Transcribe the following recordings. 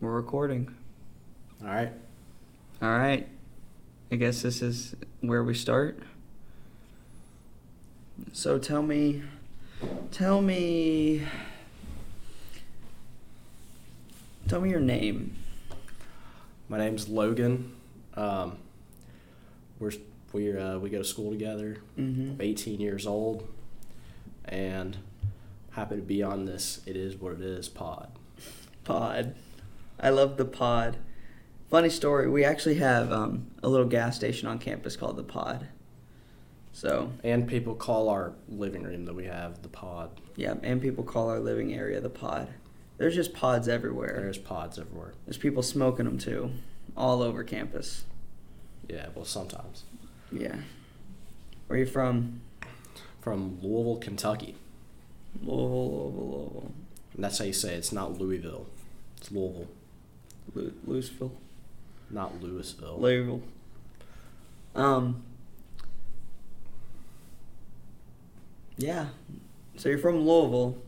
We're recording. All right. All right. I guess this is where we start. So tell me, tell me, tell me your name. My name's Logan. Um, we're we uh, we go to school together. Mm-hmm. I'm 18 years old, and happy to be on this. It is what it is. Pod. Pod. I love the pod. Funny story. We actually have um, a little gas station on campus called the Pod. So And people call our living room that we have the pod. yeah, and people call our living area the Pod. There's just pods everywhere. There's pods everywhere. There's people smoking them too, all over campus. Yeah. Well, sometimes Yeah. Where you from? from Louisville, Kentucky. Louisville, Louisville, Louisville. And that's how you say it. it's not Louisville. It's Louisville, Lu- Louisville. not Louisville. Louisville. Um. Yeah. So you're from Louisville.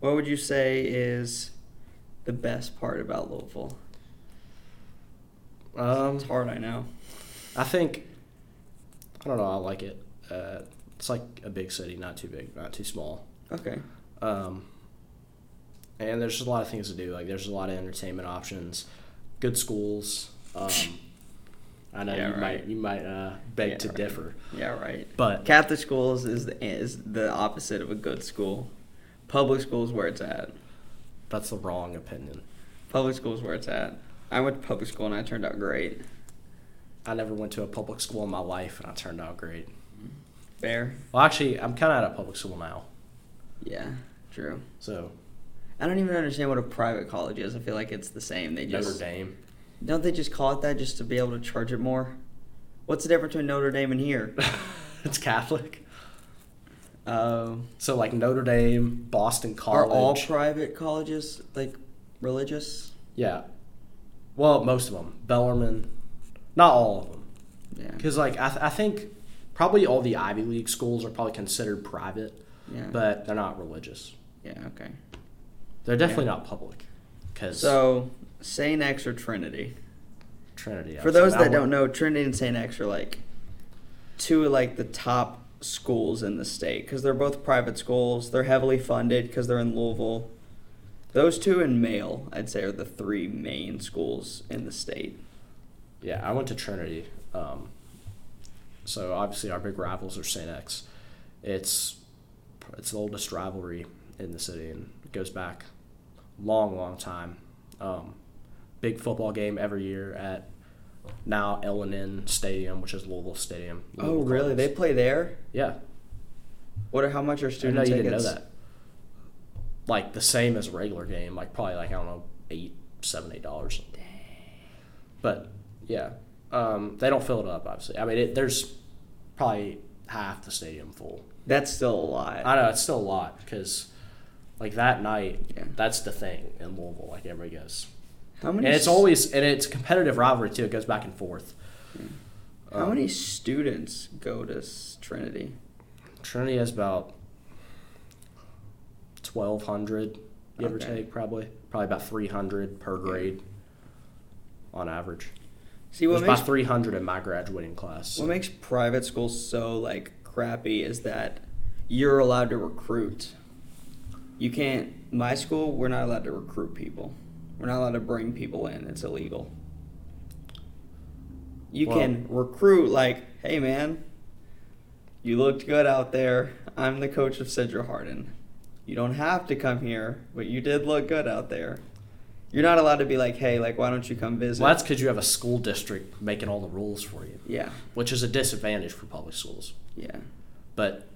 What would you say is the best part about Louisville? um, It's hard, I know. I think I don't know. I like it. Uh, it's like a big city, not too big, not too small. Okay. Um, and there's just a lot of things to do. Like there's a lot of entertainment options, good schools. Um, I know Yeah, you right. might you might uh, beg Yeah, to right. differ, Yeah, right. but Catholic schools is the, is the opposite of a good school. Public schools where it's at. that's the wrong opinion. Public school's where it's at. I went to public school and I turned out great. I never went to a public school in my life, and I turned out great. Fair? Well, actually, I'm kind of out of public school now, Yeah, true. so I don't even understand what a private college is. I feel like it's the same. They Notre just Dame. don't they just call it that just to be able to charge it more. What's the difference between Notre Dame and here? it's Catholic, Uh, so like Notre Dame, Boston are College. all private colleges like religious? Yeah. Well, most of them. Bellarmine. Not all of them. Yeah, Because, like, I, th- I think probably all the Ivy League schools are probably considered private, yeah, but they're not religious. yeah. Okay. They're definitely not public. Because So Saint X or Trinity? Trinity. I For was- those I that don't went- know, Trinity and St. X are like two of like the top schools in the state because they're both private schools. They're heavily funded because they're in Louisville. Those two and Male, I'd say, are the three main schools in the state. Yeah, I went to Trinity. Um, so, obviously, our big rivals are St. X. It's, it's the oldest rivalry in the city, and it goes back long, long time. Um, big football game every year at now L and N Stadium, which is Louisville Stadium. Oh, really? They Cardinals. play there? yeah. What? Are, how much are I didn't know student you tickets? didn't know that. Like the same as a regular game, like probably like I don't know eight, seven, eight dollars. But yeah, um, they don't fill it up. Obviously, I mean it, there's probably half the stadium full. That's still a lot. I know it's still a lot because like that night, Yeah. that's the thing in Louisville. Like everybody goes. How many? and it's s- always and it's competitive rivalry too. It goes back and forth. um, How many students go to s- Trinity? Trinity has about twelve hundred, give or Okay. take, probably probably about three hundred per grade on average. See what There's makes about three hundred in my graduating class. What makes private schools so like crappy is that you're allowed to recruit. You can't. My school, we're not allowed to recruit people. We're not allowed to bring people in. It's illegal. You Well- can recruit like, hey man, you looked good out there. I'm the coach of Cedra Hardin. You don't have to come here, but you did look good out there. You're not allowed to be like, hey, like, why don't you come visit? Well, that's because you have a school district making all the rules for you, yeah, which is a disadvantage for public schools. yeah, But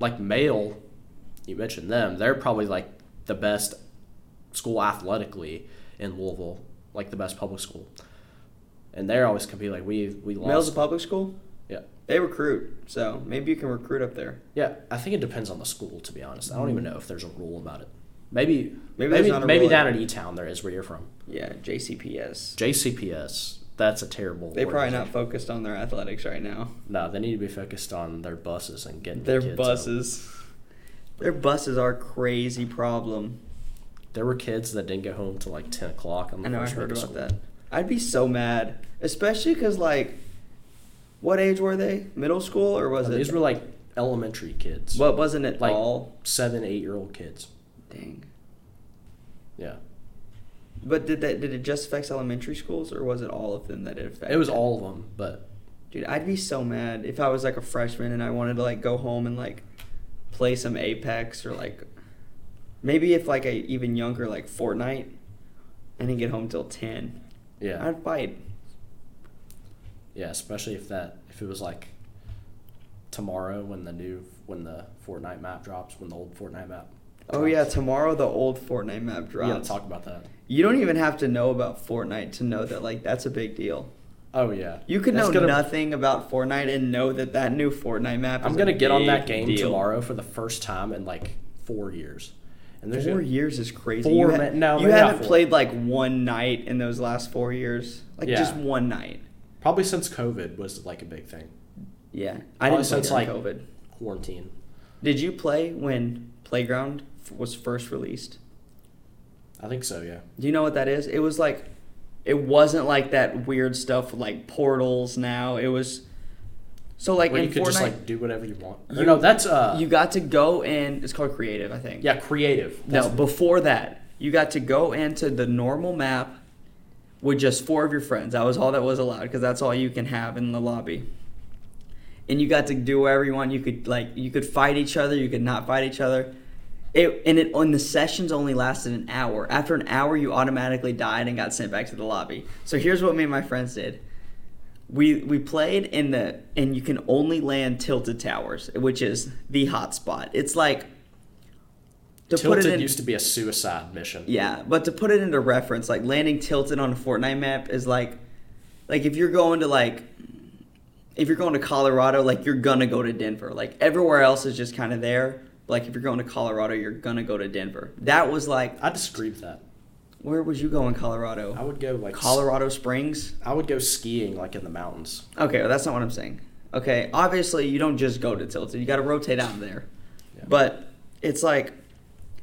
like Male, you mentioned them. They're probably like the best school athletically in Louisville, like the best public school. And they're always compete like we we lost. Male's a public school? Yeah. They recruit, so maybe you can recruit up there. Yeah, I think it depends on the school. To be honest, I don't even know if there's a rule about it. Maybe Mm-hmm. Maybe maybe there's maybe, not a rule. down in E Town there is where you're from. Yeah, JCPS. JCPS. That's a terrible. They probably not organization. focused on their athletics right now. No, they need to be focused on their buses and getting the Their kids out. buses. Their buses are a crazy problem. There were kids that didn't get home till like ten o'clock on the I know I first day heard of about school. that. I'd be so mad, especially because like, what age were they? Middle school or was No, it? These were like elementary kids, What wasn't it like- all? seven, eight year old kids. Dang. Yeah, But did that? Did it just affect elementary schools, or was it all of them that it affected? it was all of them, but Dude, I'd be so mad if I was like a freshman and I wanted to like go home and like play some Apex or like maybe if like a even younger like Fortnite. I didn't get home till ten. yeah, I'd fight. yeah. Especially if that if it was like tomorrow when the new when the Fortnite map drops when the old Fortnite map. Oh yeah, tomorrow the old Fortnite map drops. yeah. drops. let's Talk about that. You don't even have to know about Fortnite to know that like that's a big deal. Oh yeah, You could That's know gonna- nothing about Fortnite and know that that new Fortnite map. Is I'm gonna a get on big that game deal. tomorrow for the first time in like four years, and there's Four gonna- years is crazy. Four you ha- ma- no, you maybe not haven't four. played like one night in those last four years. Like Yeah. just one night. probably since COVID was like a big thing. Yeah, I Probably didn't play since, during like- COVID. Quarantine. Did you play when Playground f- was first released? I think so. Yeah. Do you know what that is? It was like, it wasn't like that weird stuff with like portals. Now it was, so like Where in you could Fortnite, just like do whatever you want. Or You- no, that's uh. you got to go and it's called creative, I think. yeah, creative. No, That's- before that, you got to go into the normal map with just four of your friends. That was all that was allowed because that's all you can have in the lobby. And you got to do whatever you want. You could like you could fight each other. You could not fight each other. It and it and the sessions only lasted an hour. After an hour, you automatically died and got sent back to the lobby. So here's what me and my friends did. We we played in the and you can only land tilted towers, which is the hotspot. It's like to tilted put it in, used to be a suicide mission. yeah, but to put it into reference, like landing tilted on a Fortnite map is like, like if you're going to like, if you're going to Colorado, like you're gonna go to Denver. Like everywhere else is just kind of there. Like if you're going to Colorado, you're gonna go to Denver. That was like, I disagree with that. where would you go in I Colorado? would go like s- Colorado Springs. I would go skiing like in the mountains. Okay, well, that's not what I'm saying. Okay, obviously you don't just go to Tilted. You got to rotate out of there. Yeah. But it's like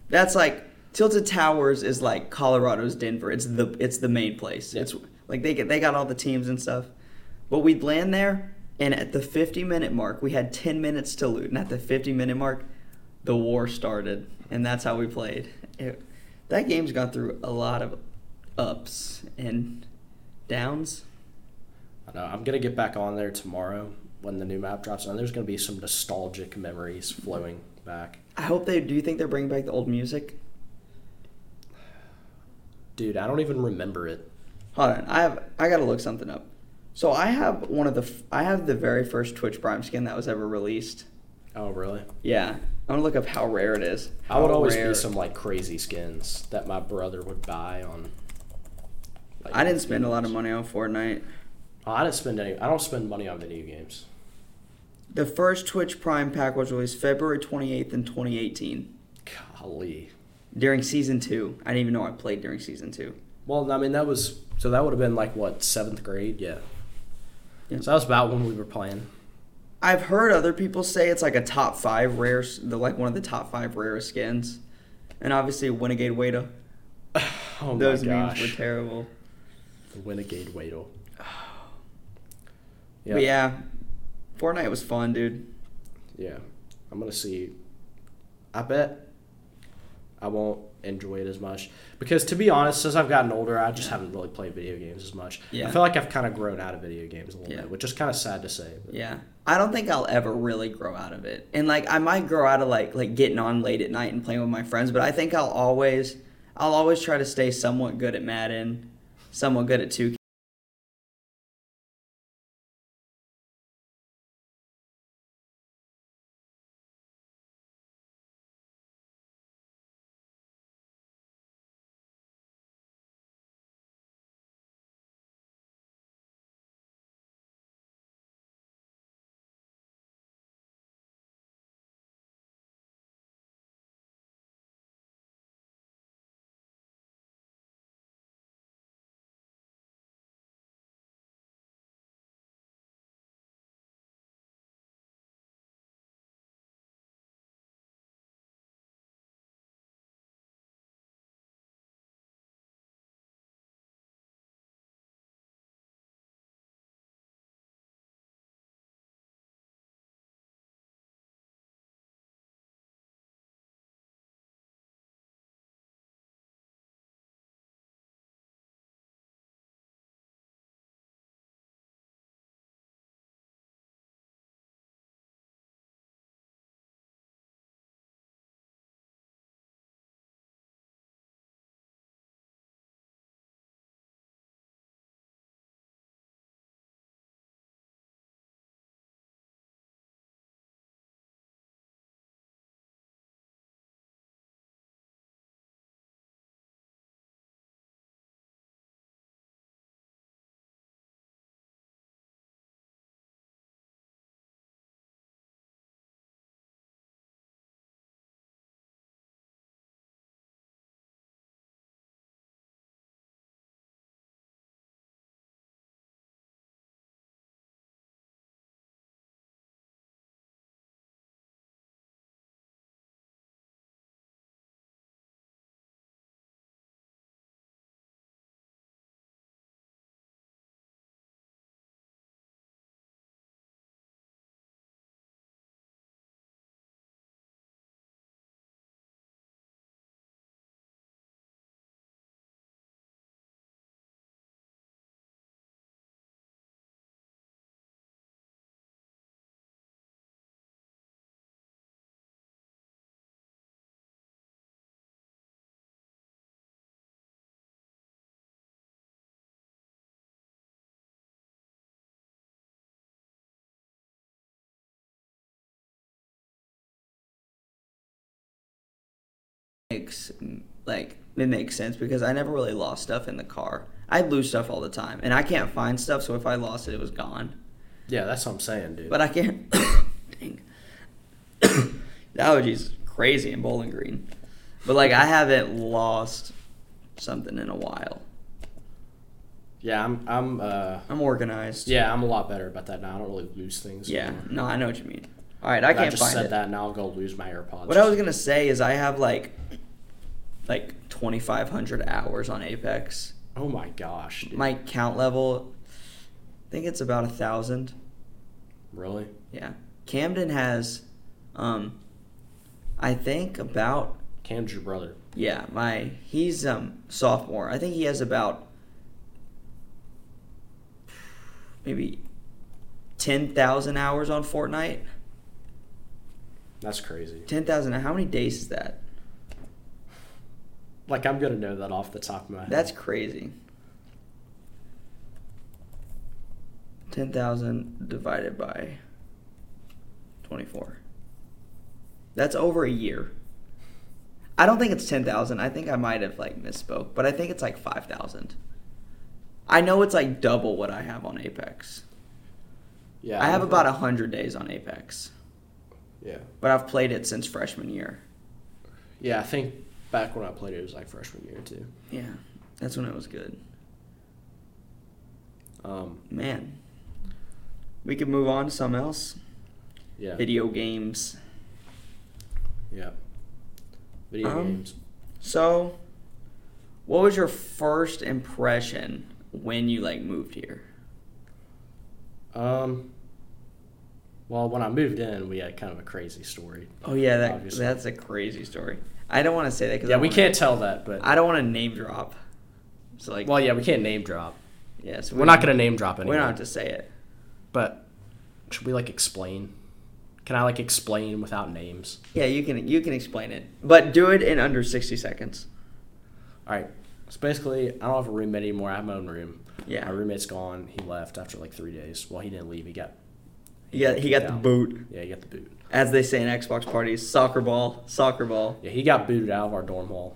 that's like Tilted Towers is like Colorado's Denver. It's the it's the main place. Yeah. It's like they get they got all the teams and stuff. But we'd land there and at the 50 minute mark, we had 10 minutes to loot. And at the 50 minute mark, the war started, and that's how we played. It, that game's gone through a lot of ups and downs. I know. I'm gonna get back on there tomorrow when the new map drops, and there's gonna be some nostalgic memories flowing back. I hope they do. You think they're bringing back the old music? Dude, I don't even remember it. Hold on, I have I gotta look something up. So I have one of the f- I have the very first Twitch Prime skin that was ever released. Oh really? Yeah, I'm gonna look up how rare it is. I would How always rare- be some like crazy skins that my brother would buy on. Like, I didn't spend a lot of money on Fortnite. Oh, I didn't spend any. I don't spend money on video games. The first Twitch Prime pack was released February 28th in 2018 Golly. during season two. I didn't even know I played during season two. Well, I mean that was so that would have been like what seventh grade, yeah. Yeah. So that was about when we were playing. I've heard other people say it's like a top five rare, s- the like one of the top five rarest skins, and obviously Renegade Weta. Oh Those my memes were gosh, terrible. the renegade Weedle. But yeah, Fortnite was fun, dude. Yeah. I'm going to see. I bet I won't enjoy it as much. Because to be honest, since I've gotten older, I just haven't really played video games as much. Yeah. I feel like I've kind of grown out of video games a little Yeah. bit, which is kind of sad to say. But Yeah. I don't think I'll ever really grow out of it. And like I might grow out of like like getting on late at night and playing with my friends, but I think I'll always I'll always try to stay somewhat good at Madden, somewhat good at 2K. makes like it makes sense because I never really lost stuff in the car. I lose stuff all the time, and I can't find stuff. So if I lost it, it was gone. Yeah, that's what I'm saying, dude. But I can't. Dang. the allergies crazy in Bowling Green, but like I haven't lost something in a while. yeah, I'm I'm uh I'm organized. yeah, I'm a lot better about that now. I don't really lose things. Yeah. anymore. No, I know what you mean. All right, I I can't just find said it. that. Now I'll go lose my AirPods. What I was gonna say is I have like, like 2,500 hours on Apex. oh my gosh, dude. My count level, I think it's about a thousand. really? Yeah. Camden has, um, I think about Cam's your brother. yeah my he's um sophomore. I think he has about maybe ten thousand hours on Fortnite. That's crazy. Ten thousand. How many days is that? Like I'm gonna know that off the top of my head. That's crazy. 10,000 divided by 24. That's over a year. I don't think it's 10,000. I think I might have like misspoke, but I think it's like 5,000. I know it's like double what I have on Apex. yeah. I have I'm- about 100 days on Apex, yeah. but I've played it since freshman year. Yeah, I think back when I played it, it was like freshman year too. Yeah, that's when it was good. Um, Man. We could move on to something else. yeah, Video games. yeah. Video Um, games. So, what was your first impression when you like moved here? Um, well, when I moved in, we had kind of a crazy story. Oh yeah, that Obviously. that's a crazy story. I don't want to say that because Yeah, we can't tell that, but I don't want to name drop. So like, well, yeah, we can't name drop. yeah, so We're not gonna name drop anyone. We don't have to say it. But should we like explain? Can I like explain without names? Yeah, you can you can explain it, but do it in under sixty seconds. All right. So basically, I don't have a roommate anymore. I have my own room. Yeah. My roommate's gone. He left after like three days. Well, he didn't leave. He got. He got he got the Yeah. boot, Yeah, he got the boot. as they say in Xbox parties, soccer ball, soccer ball. Yeah, he got booted out of our dorm hall,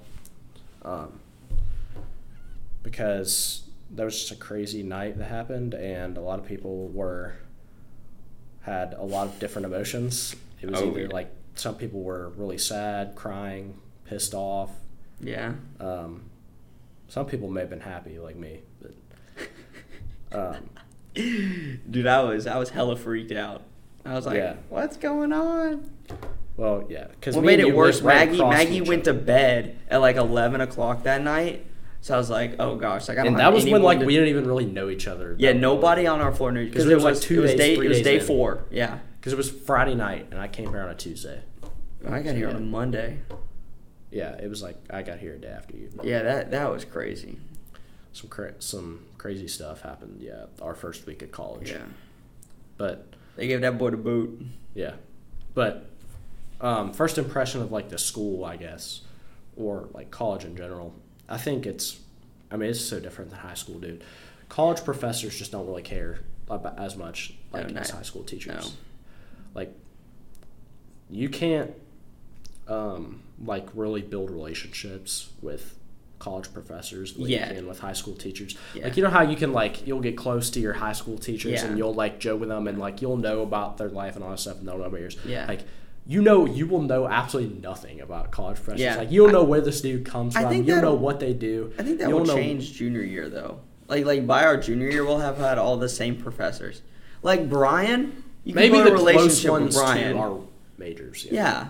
um, because there was just a crazy night that happened, and a lot of people were had a lot of different emotions. It was Oh, either yeah. like some people were really sad, crying, pissed off. Yeah, Um, some people may have been happy, like me, but um, dude, I was I was hella freaked out. I was like, Yeah. what's going on? well, yeah, because What made it worse, Maggie. Maggie went to bed at like eleven o'clock that night, so I was like, "Oh gosh!" Like I don't and have that was when anyone like to- we didn't even really know each other. yeah, that nobody on our floor knew 'Cause because it it was, was like, two it was days, day three it was days day in. four. Yeah, Because it was Friday night, and I came here on a Tuesday. I got here Yeah. on a Monday. Yeah, it was like I got here a day after you. Yeah, that that was crazy. Some cra- some crazy stuff happened. Yeah, our first week of college. Yeah, But they gave that boy the boot. yeah, but um, first impression of like the school, I guess, or like college in general. I think it's. I mean, it's so different than high school, dude. College professors just don't really care about as much No, like Oh, no. as high school teachers. No. Like, you can't um, like really build relationships with college professors the way Yeah. you can with high school teachers. Yeah. Like you know how you can like you'll get close to your high school teachers Yeah. and you'll like joke with them and like you'll know about their life and all that stuff and they'll know about yours. Yeah. Like you know you will know absolutely nothing about college professors. Yeah. Like you'll I- know where this dude comes I from. think You'll know that'll- what they do. I think that you'll will know- change junior year though. Like like by our junior year, we'll have had all the same professors. Like Brian, you can Maybe build the a close relationship with ones Brian. to our majors. Yeah.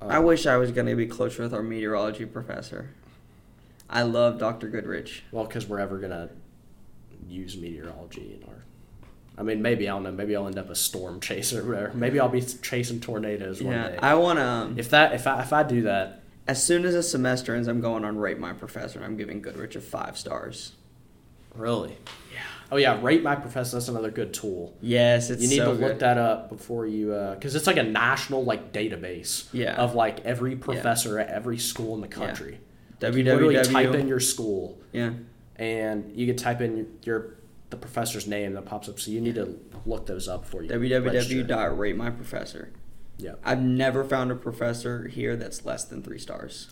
I Um, wish I was going to be closer with our meteorology professor. I love Dr. Goodrich. Well, because we're ever gonna use meteorology in our. I mean, maybe I don't know. Maybe I'll end up a storm chaser. Or maybe I'll be chasing tornadoes one Yeah, day. I want to. if that, if I, if I do that, As soon as the semester ends, I'm going on Rate My Professor and I'm giving Goodrich a five stars. really. Yeah. Oh yeah, rate my professor. That's another good tool. Yes, it's you need so to good. look that up before you, because it's like a national like database Yeah. of like every professor at every school in the country. You literally type in www. your school, Yeah. and you can type in your the professor's name that pops up. So you need to look those up for you. register. www.ratemyprofessor. Yeah. I've never found a professor here that's less than three stars.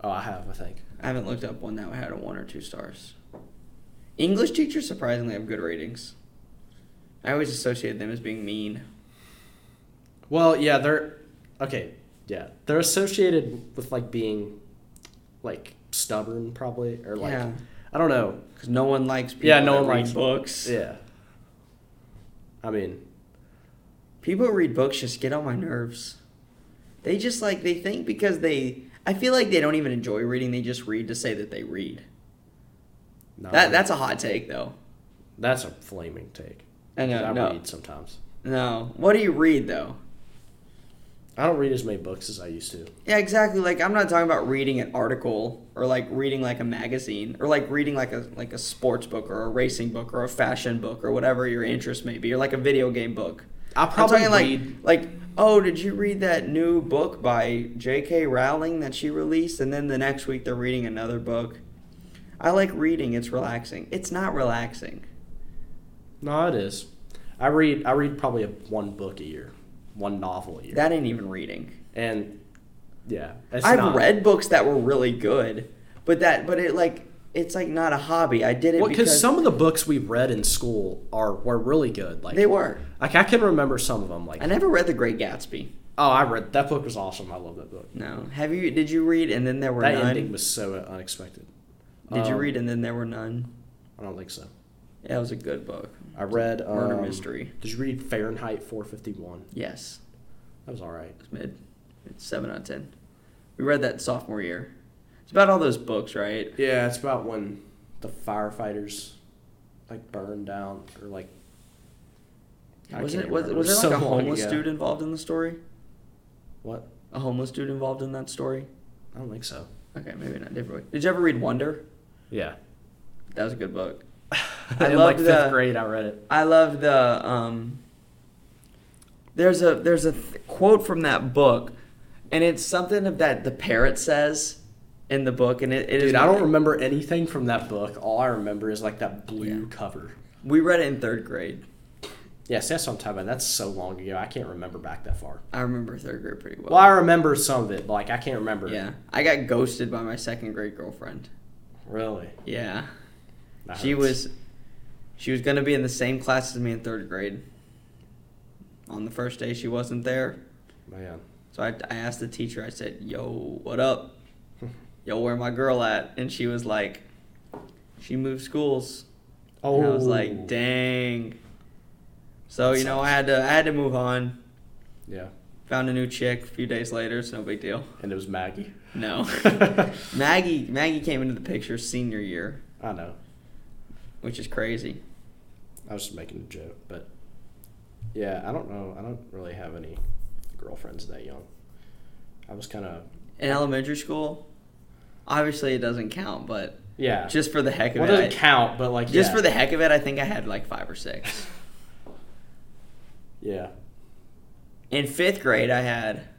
Oh, I have, I think. I haven't looked up one that had a one or two stars. English teachers surprisingly have good ratings. I always associate them as being mean. Well, yeah, they're okay. Yeah, they're associated with like being like stubborn, probably, or like Yeah. I don't know. Because no one likes people Yeah, no that one read likes books. Yeah. I mean, People who read books just get on my nerves. They just like they think because they I feel like they don't even enjoy reading, they just read to say that they read. no, That that's a hot take though. that's a flaming take. I know, I no. read sometimes. No. What do you read though? I don't read as many books as I used to. Yeah, exactly. Like I'm not talking about reading an article or like reading like a magazine or like reading like a like a sports book or a racing book or a fashion book or whatever your interest may be or like a video game book. I I'm probably talking like read. like oh, did you read that new book by J.K. Rowling that she released? And then the next week they're reading another book. I like reading. It's relaxing. It's not relaxing. No, it is. I read. I read probably a, one book a year, one novel a year, That ain't even reading. and yeah, it's I've not. read books that were really good, but that but it like it's like not a hobby. I did it Well, because because some of the books we read in school are were really good. Like they were. Like I can remember some of them. Like I never read The Great Gatsby. oh, I read that book was awesome. I love that book. No. Have you? Did you read? And then there were that none. ending was so unexpected. did you Um, read? And then there were none. I don't think so. That was a good book. I read um, Murder mystery. Did you read Fahrenheit 451? Yes, That was all right. it was mid. It's seven out of ten. We read that sophomore year. It's about all those books, right? Yeah, it's about when the firefighters like burned down or like. I Was can't it was, remember. was there so like a long homeless ago. dude involved in the story? What? A homeless dude involved in that story? I don't think so. Okay, maybe not different. Did you ever read Wonder? Yeah. That was a good book. In like loved fifth the- grade, I read it. I love the um. There's a there's a th- quote from that book, and it's something of that the parrot says in the book, and it, it is. Dude, I don't remember anything from that book. All I remember is like that blue cover. We read it in third grade. Yeah, see, that's what I'm talking about. That's so long ago. I can't remember back that far. I remember third grade pretty well. Well, I remember some of it, but like I can't remember. Yeah, I got ghosted by my second grade girlfriend. Really. Yeah, That she hurts. was, she was gonna be in the same class as me in third grade. On the first day, she wasn't there. Man. So I, I asked the teacher, I said, Yo, what up? Yo, where my girl at? And she was like, She moved schools. Oh. And I was like, Dang. So, That you know, I had to I had to move on. Yeah. Found a new chick a few days later, it's no big deal. And it was Maggie. No. I Maggie Maggie came into the picture senior year, know. which is crazy. I was just making a joke, but yeah, I don't know. I don't really have any girlfriends that young. I was kind of In elementary school, obviously it doesn't count, but yeah. just for the heck of well, it it. I- doesn't count, but like just yeah. for the heck of it, I think I had like five or six. yeah. In fifth grade, I had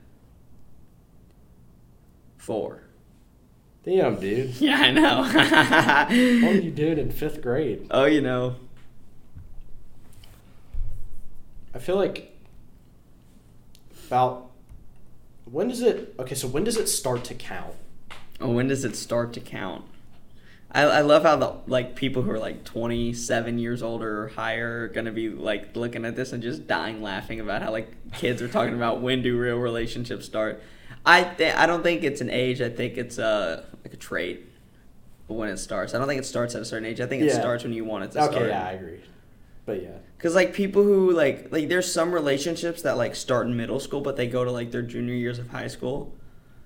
four. Damn, dude. Yeah, I What did know. you do it in fifth grade? oh, you know. I feel like about when does it? Okay, so when does it start to count? Oh, when does it start to count? I, I love how the like people who are like 27 years older or higher are gonna be like looking at this and just dying laughing about how like kids are talking about when do real relationships start. I th- I don't think it's an age. I think it's a like a trait. When it starts, I don't think it starts at a certain age. I think it Yeah. starts when you want it to Okay, start. yeah, I agree. But yeah, Cause like people who like like there's some relationships that like start in middle school, but they go to like their junior years of high school.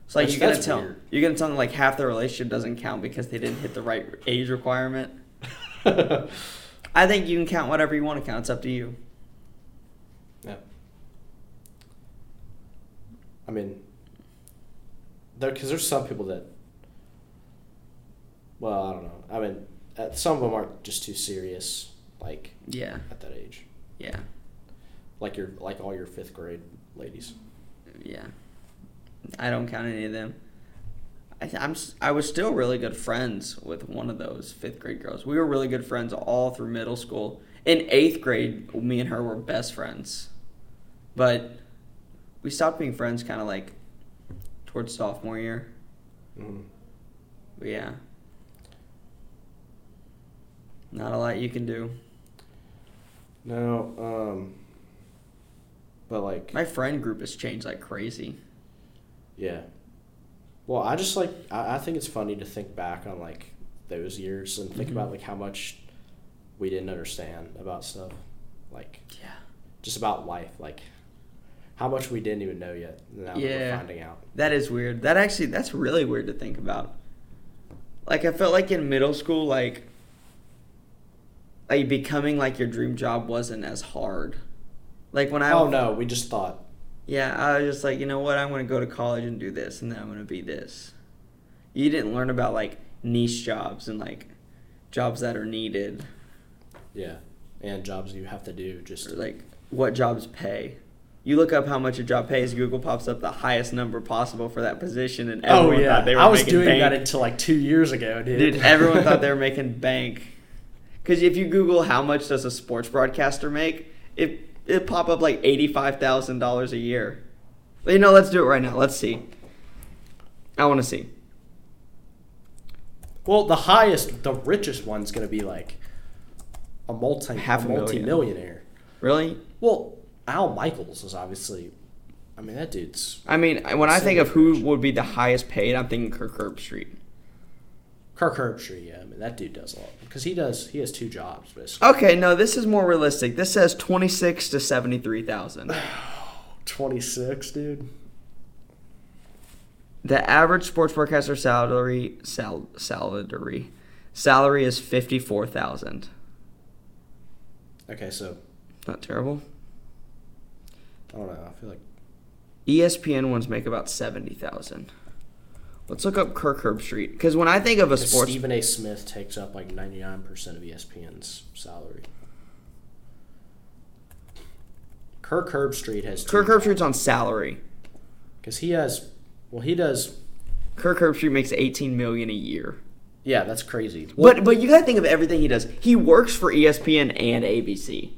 So like That's- you're gonna that's tell weird. you're gonna tell them like half their relationship doesn't count because they didn't hit the right age requirement. I think you can count whatever you want to count. It's up to you. yeah. I mean, there because there's some people that. Well, I don't know. I mean, uh, some of them are just too serious, like Yeah, at that age, yeah, like your like all your fifth grade ladies. yeah. I don't count any of them. I th- I'm s- I was still really good friends with one of those fifth grade girls. We were really good friends all through middle school. In eighth grade, me and her were best friends, but we stopped being friends kind of like towards sophomore year. Mm-hmm. But yeah. Not a lot you can do. No, um, but like, My friend group has changed like crazy. yeah. Well, I just like I, I think it's funny to think back on like those years and think Mhm. about like how much we didn't understand about stuff, like Yeah. just about life, like how much we didn't even know yet. Now that we're Yeah. finding out. That is weird. That actually, that's really weird to think about. Like, I felt like in middle school, like, like becoming like your dream job wasn't as hard. Like when I, oh no, we just thought. yeah, I was just like, you know what, I'm gonna go to college and do this, and then I'm gonna be this. You didn't learn about like niche jobs and like jobs that are needed, Yeah, and jobs you have to do just or like what jobs pay. You look up how much a job pays. Google pops up the highest number possible for that position, and everyone thought they were Oh, I was making doing bank. that until like two years ago, dude. Dude, everyone thought they were making bank. Because if you Google how much does a sports broadcaster make, it it pop up like eighty five thousand dollars a year. But, you know, let's do it right now. Let's see. I want to see. Well, the highest, the richest one's gonna be like a multi Half a a million. multi-millionaire. Really? Well, Al Michaels is obviously. I mean, that dude's I mean, I- when I think of who would be the highest paid, I'm thinking Kirk Herbstreit. Kirk Herbstreit. Yeah, I mean, that dude does a lot because he does. He has two jobs, basically. Okay, no, this is more realistic. This says twenty six to seventy three thousand. Twenty six, dude. The average sports broadcaster salary sal- salary salary is fifty four thousand. Okay, so Not terrible. I don't know. I feel like E ESPN ones make about seventy thousand. Let's look up Kirk Herbstreit because when I think of a sports, Stephen A. Smith takes up like ninety nine percent of E ESPN's salary. Kirk Herbstreit has Kirk Herbstreit's on salary. because he has. Well, he does. Kirk Herbstreit makes eighteen million a year. Yeah, that's crazy. But but you gotta think of everything he does. He works for E ESPN and ABC.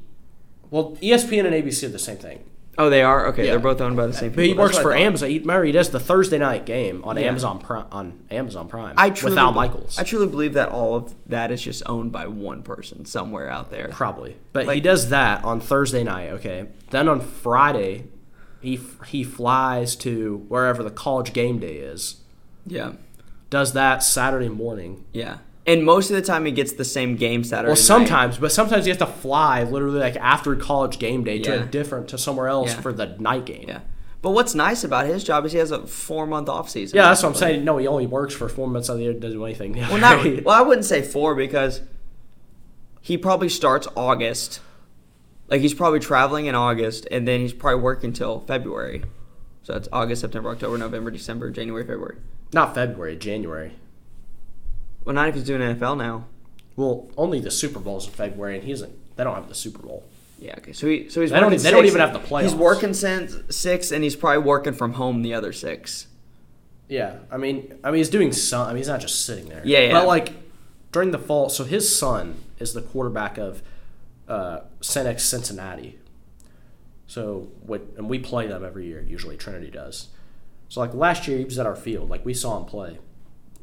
Well, E ESPN and ABC are the same thing. Oh, they are okay. Yeah. They're both owned by the same people. But he That's works what I for thought. Amazon. He, remember, he does the Thursday night game on Yeah. Amazon Prime on Amazon Prime I truly, with Al be- Michaels, I truly believe that all of that is just owned by one person somewhere out there. probably. But he Like- does that on Thursday night. Okay, then on Friday, he f- he flies to wherever the college game day is. Yeah, Does that Saturday morning. yeah. And most of the time, he gets the same game Saturday. Well, night. sometimes, but sometimes you have to fly literally like after college game day to a Yeah. different to somewhere else Yeah. for the night game. Yeah. But what's nice about his job is he has a four month off season. Yeah, that's what I'm saying. No, he only works for four months out of the year, doesn't do anything. Well, not, well, I wouldn't say four because he probably starts August. Like he's probably traveling in August, and then he's probably working till February. So that's August, September, October, November, December, January, February. not February, January. Well, not if he's doing NFL now. Well, only the Super Bowl's in February, and he isn't. They don't have the Super Bowl. Yeah. Okay. So he, so he's They don't- e, working they don't six. even have the playoffs. He's working since six, and he's probably working from home the other six. Yeah, I mean, I mean, he's doing some. I mean, he's not just sitting there. Yeah, yeah. But like during the fall, so his son is the quarterback of uh, Cenex Cincinnati. So what, and we play them every year. Usually Trinity does. So like last year, he was at our field. Like we saw him play,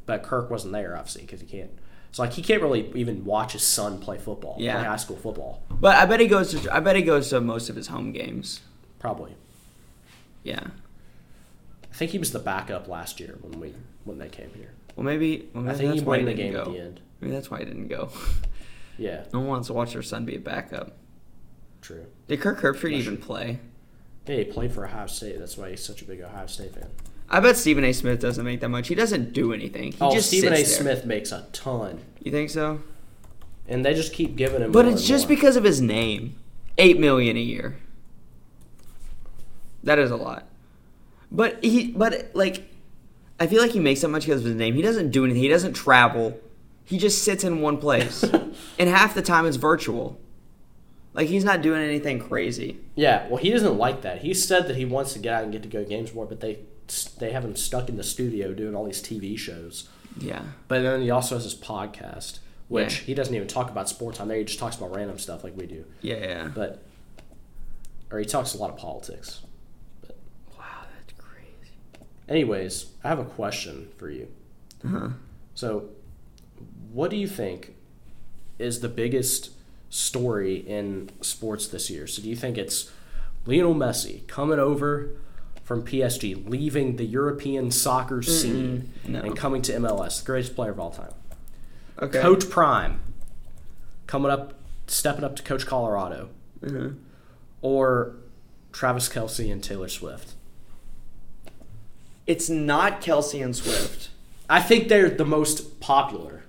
but Kirk wasn't there obviously because he can't. So like he can't really even watch his son play football, Yeah. play high school football, But I bet he goes to I bet he goes to most of his home games. probably. Yeah. I think he was the backup last year when we when they came here. Well, maybe. Well, maybe I think that's he why won the didn't game go. at the end. Maybe that's why he didn't go. Yeah, no one wants to watch their son be a backup. true. Did Kirk Herbstreit even play? Yeah, he played for Ohio State. That's why he's such a big Ohio State fan. I bet Stephen A. Smith doesn't make that much. He doesn't do anything. He oh, just Stephen A. sits there. Smith makes a ton, You think so? and they just keep giving him. But more it's and just more. because of his name. Eight million a year. That is a lot. But he, but like, I feel like he makes that much because of his name. He doesn't do anything. He doesn't travel. He just sits in one place, and half the time it's virtual. Like he's not doing anything crazy. yeah. Well, he doesn't like that. He said that he wants to get out and get to go to games more, but they they have him stuck in the studio doing all these TV shows. Yeah. But then he also has his podcast, which Yeah. he doesn't even talk about sports on there. He just talks about random stuff like we do, Yeah. but or he talks a lot of politics. Anyways, I have a question for you. Uh-huh. So, what do you think is the biggest story in sports this year? So, do you think it's Lionel Messi coming over from PSG, leaving the European soccer scene, no. and coming to MLS, the greatest player of all time? Okay. Coach Prime coming up, stepping up to Coach Colorado, Uh-huh. or Travis Kelsey and Taylor Swift? It's not Kelsey and Swift I think they're the most popular.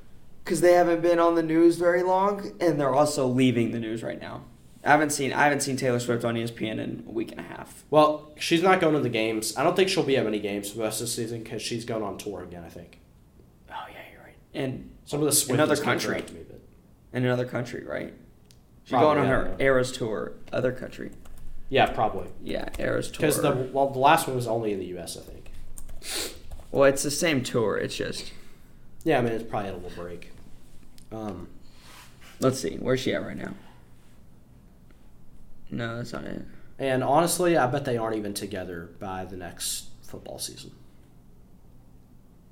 because they haven't been on the news very long, and they're also leaving the news right now. I haven't seen I haven't seen Taylor Swift on E ESPN in a week and a half. Well, she's not going to the games. I don't think she'll be at many games for the rest of the season because she's going on tour again. I think Oh yeah, you're right. And some of the Swifties Another can't country. correct me, but- in another country, right? She's Probably, going on I her don't know. Eras tour, other country. Yeah, probably Yeah, Eras tour. because the well, the last one was only in the U.S. I think. well, it's the same tour. It's just Yeah, I mean it's probably had a little break. Um, let's see, where's she at right now? No, that's not it. and honestly, I bet they aren't even together by the next football season.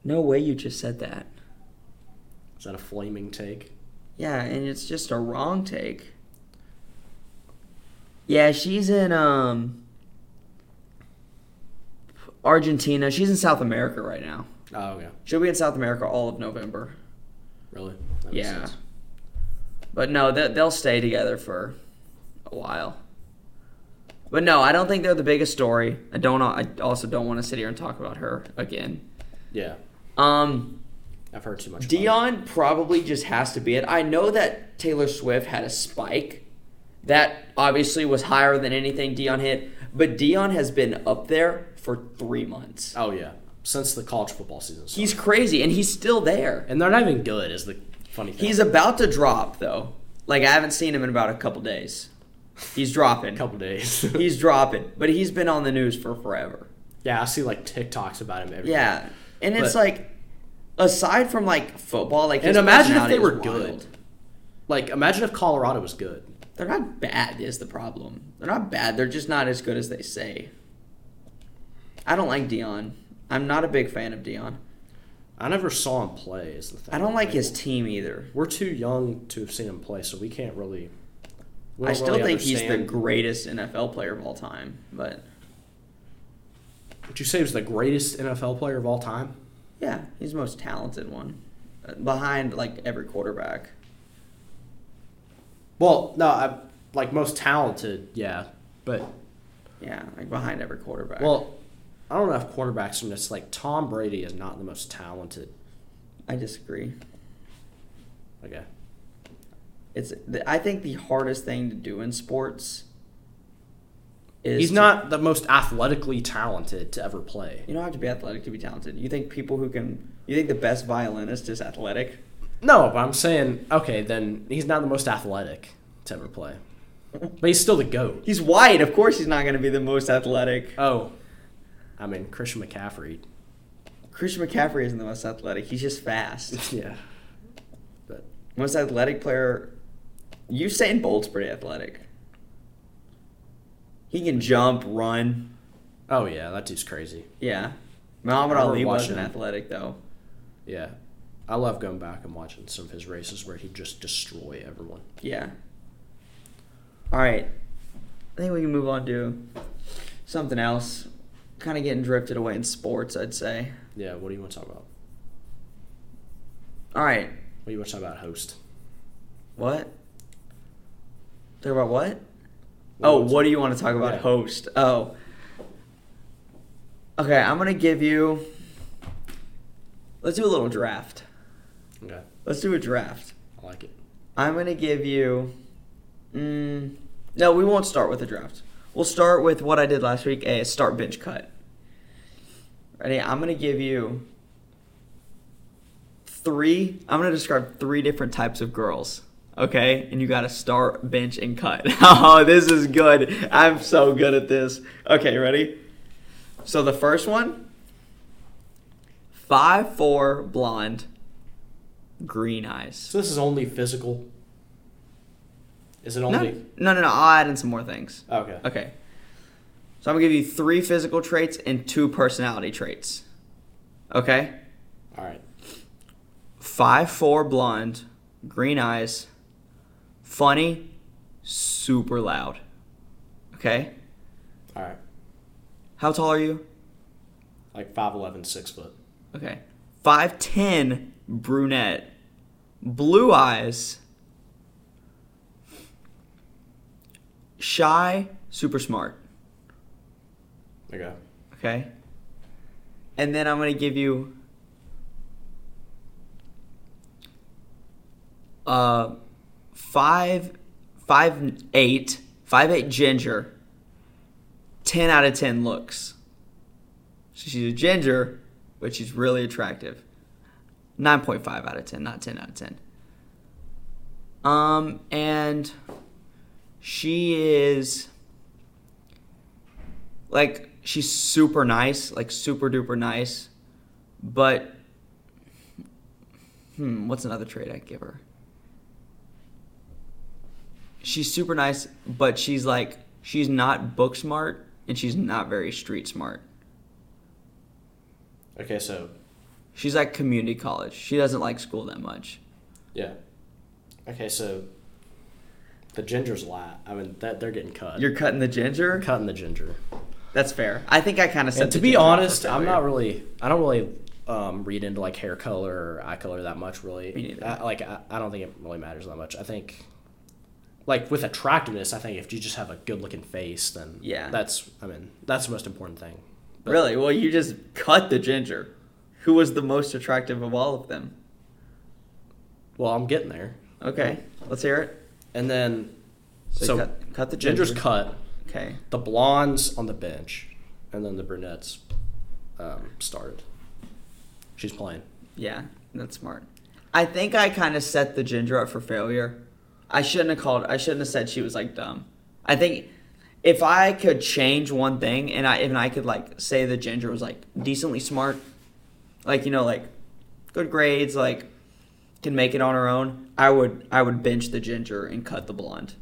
No way you just said that. Is that a flaming take? Yeah, and it's just a wrong take. Yeah, she's in um Argentina. She's in South America right now. Oh yeah, She'll be in South America all of November. really? That makes Yeah. sense. But no, they- they'll stay together for a while. But no, I don't think they're the biggest story. I don't. I also don't want to sit here and talk about her again. Yeah, Um, I've heard too much. about it. Dion probably just has to be it. I know that Taylor Swift had a spike. That obviously was higher than anything Dion hit, but Dion has been up there for three months. Oh yeah, since the college football season. started. He's crazy, and he's still there. and they're not even good. Is the funny thing. He's about to drop though. Like I haven't seen him in about a couple days. He's dropping. a couple days. He's dropping, but he's been on the news for forever. Yeah, I see like TikToks about him every Yeah, and it's But- like, aside from like football, like And his imagine if personality they were is good. wild. Like imagine if Colorado was good. They're not bad is the problem. They're not bad. They're just not as good as they say. I don't like Dion. I'm not a big fan of Dion. I never saw him play is the thing. I don't like his team either. We're too young to have seen him play, so we can't really we I don't still really think he's the understand- greatest NFL player of all time, but Would you say he's the greatest NFL player of all time? yeah, he's the most talented one Uh, behind like every quarterback. Well, no, I like most talented, yeah. But Yeah, like behind every quarterback. well, I don't know if quarterbacks are just like Tom Brady is not the most talented. I disagree. Okay. It's th- I think the hardest thing to do in sports is He's to- not the most athletically talented to ever play. You don't have to be athletic to be talented. You think people who can you think the best violinist is athletic? No, but I'm saying okay, then he's not the most athletic to ever play. But he's still the GOAT. He's white, of course he's not gonna be the most athletic. Oh, I mean Christian McCaffrey. Christian McCaffrey isn't the most athletic, he's just fast. yeah, but most athletic player Usain Bolt's pretty athletic. He can jump, run. oh yeah, that dude's crazy. Yeah. Muhammad I remember Ali watching wasn't him. athletic though. Yeah, I love going back and watching some of his races where he just destroy everyone. Yeah. All right. I think we can move on to something else. Kind of getting drifted away in sports, I'd say. Yeah, what do you want to talk about? All right. What do you want to talk about? Host. What? Talk about what? What Oh, was what do you want to talk about? Yeah. Host. Oh. Okay, I'm going to give you. Let's do a little draft. Okay, Let's do a draft. I like it. I'm gonna give you. Mm, no, we won't start with the draft. We'll start with what I did last week: a start bench cut. Ready? I'm gonna give you three. I'm gonna describe three different types of girls. Okay, and you gotta start, bench, and cut. oh, this is good. I'm so good at this. Okay, ready? So the first one, five four blonde, green eyes. So this is only physical. Is it No, only? no, no, no. I'll add in some more things. Okay. Okay. So I'm gonna give you three physical traits and two personality traits. Okay? All right. Five four blonde, green eyes, funny, super loud. Okay? All right. How tall are you? Like 5'11", 6 foot. Okay. Five ten brunette, blue eyes, shy, super smart. There you go. Okay. And then I'm going to give you uh five five eight five eight ginger. Ten out of ten looks. So she's a ginger, but she's really attractive. Nine point five out of ten, not ten out of ten. Um, and she is like she's super nice, like super duper nice, but hmm, what's another trait I'd give her? She's super nice, but she's like she's not book smart and she's not very street smart. Okay, so She's like community college. She doesn't like school that much. yeah. Okay, so the ginger's lot. I mean, that they're getting cut. You're cutting the ginger. cutting the ginger. That's fair. I think I kind of said. And to the be ginger honest, first I'm earlier. not really. I don't really um, read into like hair color or eye color that much. Really, Me neither. I, like I, I don't think it really matters that much. I think, like with attractiveness, I think if you just have a good looking face, then Yeah. that's. I mean, that's the most important thing. But Really? Well, you just cut the ginger, who was the most attractive of all of them. Well, I'm getting there. Okay, let's hear it. And then, So, so, cut, cut the ginger. ginger's cut. Okay. The blondes on the bench, and then the brunettes um, started. She's playing. Yeah, that's smart. I think I kind of set the ginger up for failure. I shouldn't have called. I shouldn't have said she was like dumb. I think if I could change one thing, and I and I could like say the ginger was like decently smart, like you know, like good grades, like can make it on her own. I would I would bench the ginger and cut the blonde.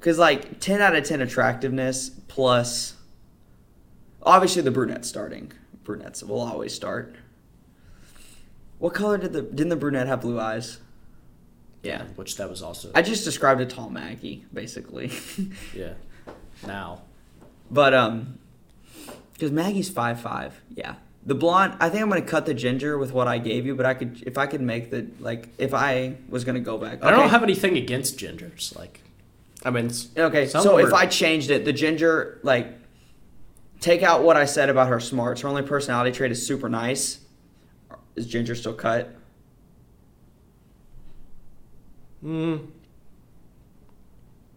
Cause like ten out of ten attractiveness plus, obviously the brunette starting. Brunettes will always start. What color did the didn't the brunette have blue eyes? Yeah. Which that was also. I just described a tall Maggie, basically. yeah. Now. but um because Maggie's five five, yeah. The blonde I think I'm gonna cut the ginger with what I gave you, but I could if I could make the like if I was gonna go back. I don't Okay. have anything against gingers. Like, I mean, it's- Okay, some so if were- I changed it, the ginger, like, take out what I said about her smarts. Her only personality trait is super nice. Is ginger still cut? Mm,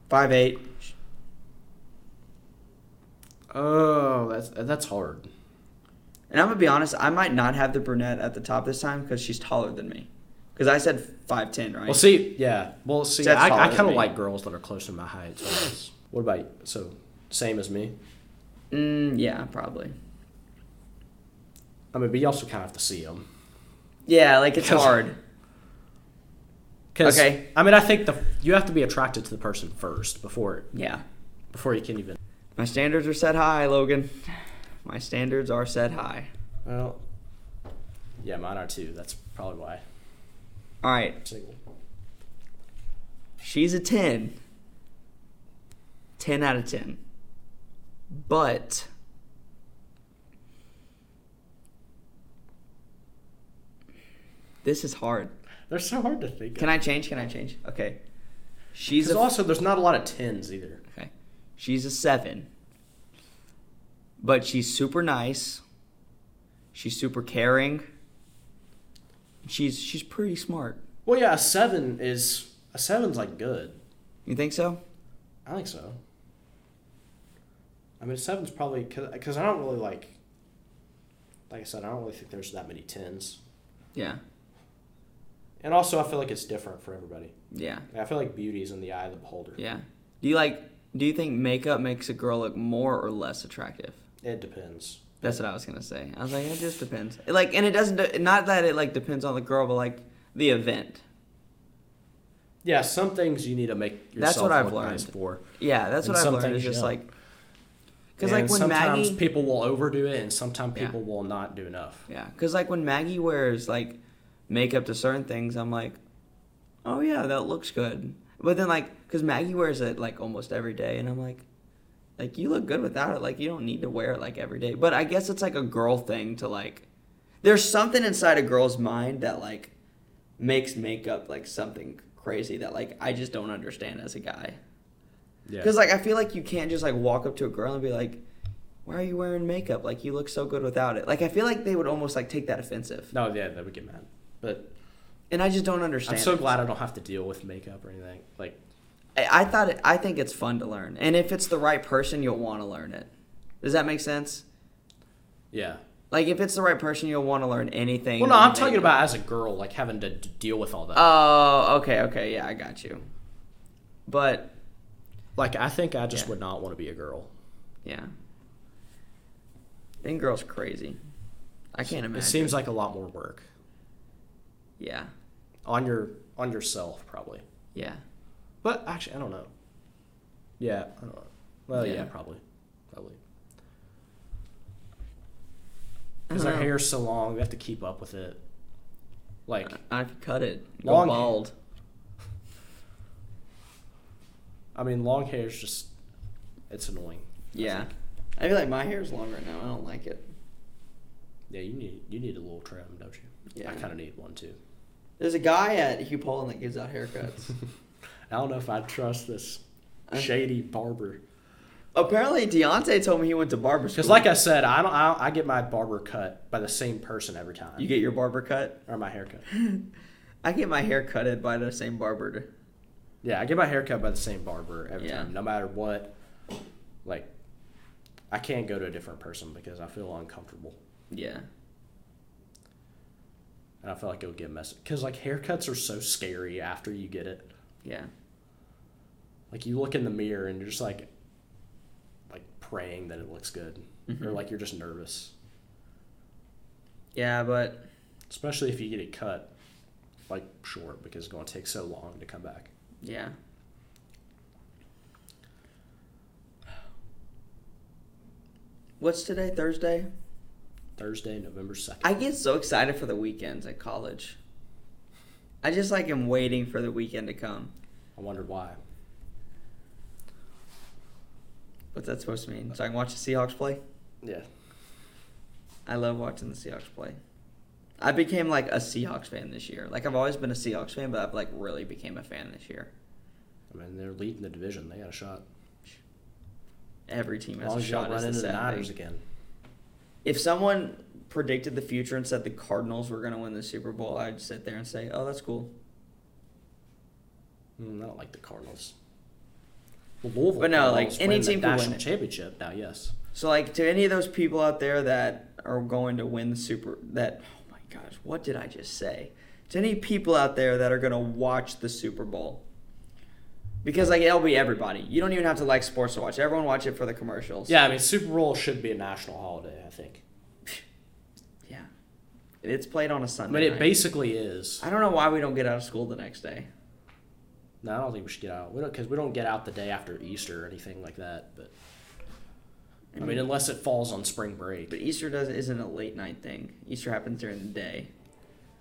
Five eight. oh, that's that's hard. And I'm gonna be honest, I might not have the brunette at the top this time because she's taller than me. Because I said five ten, right? Well, see, yeah, well, see, That's I, I taller than kind of me. like girls that are close to my height. So that's- what about you? so same as me? mm, yeah, probably. I mean, but you also kind of have to see them. Yeah, like it's 'Cause- hard. Okay. I mean, I think the you have to be attracted to the person first before Yeah, before you can even. my standards are set high, Logan. My standards are set high. Well, yeah, mine are too. That's probably why. All right, Single. She's a 10. 10 out of 10. But this is hard. They're so hard to think. Can of. I change? Can I change? Okay. She's Because a also, there's not a lot of tens either. Okay. She's a 7. But she's super nice. She's super caring. She's she's pretty smart. Well, yeah, a seven is a seven's like good. You think so? I think so. I mean, seven's probably because I don't really like. Like I said, I don't really think there's that many tens, Yeah. and also I feel like it's different for everybody. Yeah. Like, I feel like beauty is in the eye of the beholder. Yeah. Do you like? Do you think makeup makes a girl look more or less attractive? It depends. That's what I was gonna say. I was like, it just depends. Like, and it doesn't. de- Not that it like depends on the girl, but like the event. Yeah, some things you need to make yourself That's what I've look nice learned. for. Yeah, that's what And I've some learned. things Is you just don't. like Because And like when sometimes Maggie, people will overdo it, and sometimes Yeah. people will not do enough. yeah, because like when Maggie wears like makeup to certain things, I'm like, oh yeah, that looks good. But then like, because Maggie wears it like almost every day, and I'm like, like you look good without it. Like you don't need to wear it like every day. But I guess it's like a girl thing to like. There's something inside a girl's mind that like makes makeup like something crazy that like I just don't understand as a guy. Yeah, Because like I feel like you can't just like walk up to a girl and be like, "Why are you wearing makeup? Like you look so good without it." Like I feel like they would almost like take that offensive, no, yeah, they would get mad. But and I just don't understand. I'm so it. glad I don't have to deal with makeup or anything. Like, I, I thought it, I think it's fun to learn, and if it's the right person, you'll want to learn it. Does that make sense? yeah. Like if it's the right person, you'll want to learn anything. Well, no, I'm on talking makeup. about as a girl, like having to d- deal with all that. Oh, okay, okay, yeah, I got you. But like, I think I just yeah. would not want to be a girl. yeah, then girls crazy. I can't imagine. It seems like a lot more work yeah, on your on yourself, probably. yeah. But actually, I don't know. Yeah, I don't know. Well, yeah, Yeah. probably, probably. I Because don't our know. hair's so long, we have to keep up with it. Like, Uh, I if you cut it, go Long hair. bald. I mean, long hair is just it's annoying. I Yeah. think. I feel like my hair's longer now. I don't like it. Yeah, you need you need a little trim, don't you? Yeah. I kind of need one too. There's a guy at Hugh Poland that gives out haircuts. I don't know if I trust this I- shady barber. Apparently, Deontay told me he went to barber school. Because, like I said, I don't. I, I get my barber cut by the same person every time, you get your barber cut. or my haircut. I get my hair cutted by the same barber. Yeah, I get my hair cut by the same barber every Yeah. time, no matter what. Like, I can't go to a different person because I feel uncomfortable, Yeah. and I feel like it'll get messy. Because like haircuts are so scary after you get it. Yeah. Like you look in the mirror and you're just like, like praying that it looks good, Mm-hmm. or like you're just nervous, Yeah, but especially if you get it cut like short because it's going to take so long to come back. yeah. What's today? Thursday? Thursday, November second. I get so excited for the weekends at college. I just like am waiting for the weekend to come. I wondered why. What's that supposed to mean? So I can watch the Seahawks play? Yeah. I love watching the Seahawks play. I became like a Seahawks fan this year. Like I've always been a Seahawks fan, but I've like really became a fan this year. I mean, they're leading the division. They got a shot. Every team As has long a as you shot. don't Is run the into the sad Niners thing. again. If someone predicted the future and said the Cardinals were going to win the Super Bowl, I'd sit there and say, "Oh, that's cool." Mm, I don't like the Cardinals. The Louisville But no, like, Cardinals any win team the can win national it. championship now. Yes, So like to any of those people out there that are going to win the Super that oh my gosh, what did I just say? To any people out there that are going to watch the Super Bowl. Because like it'll be everybody. You don't even have to like sports to watch. Everyone watch it for the commercials. yeah. I mean, Super Bowl should be a national holiday. I think. Yeah. It's played on a I Sunday. mean, it night. basically is. I don't know why we don't get out of school the next day. No, I don't think we should get out. We don't because we don't get out the day after Easter or anything like that. But I Mm-hmm. mean, unless it falls on spring break. But Easter does isn't a late night thing. Easter happens during the day.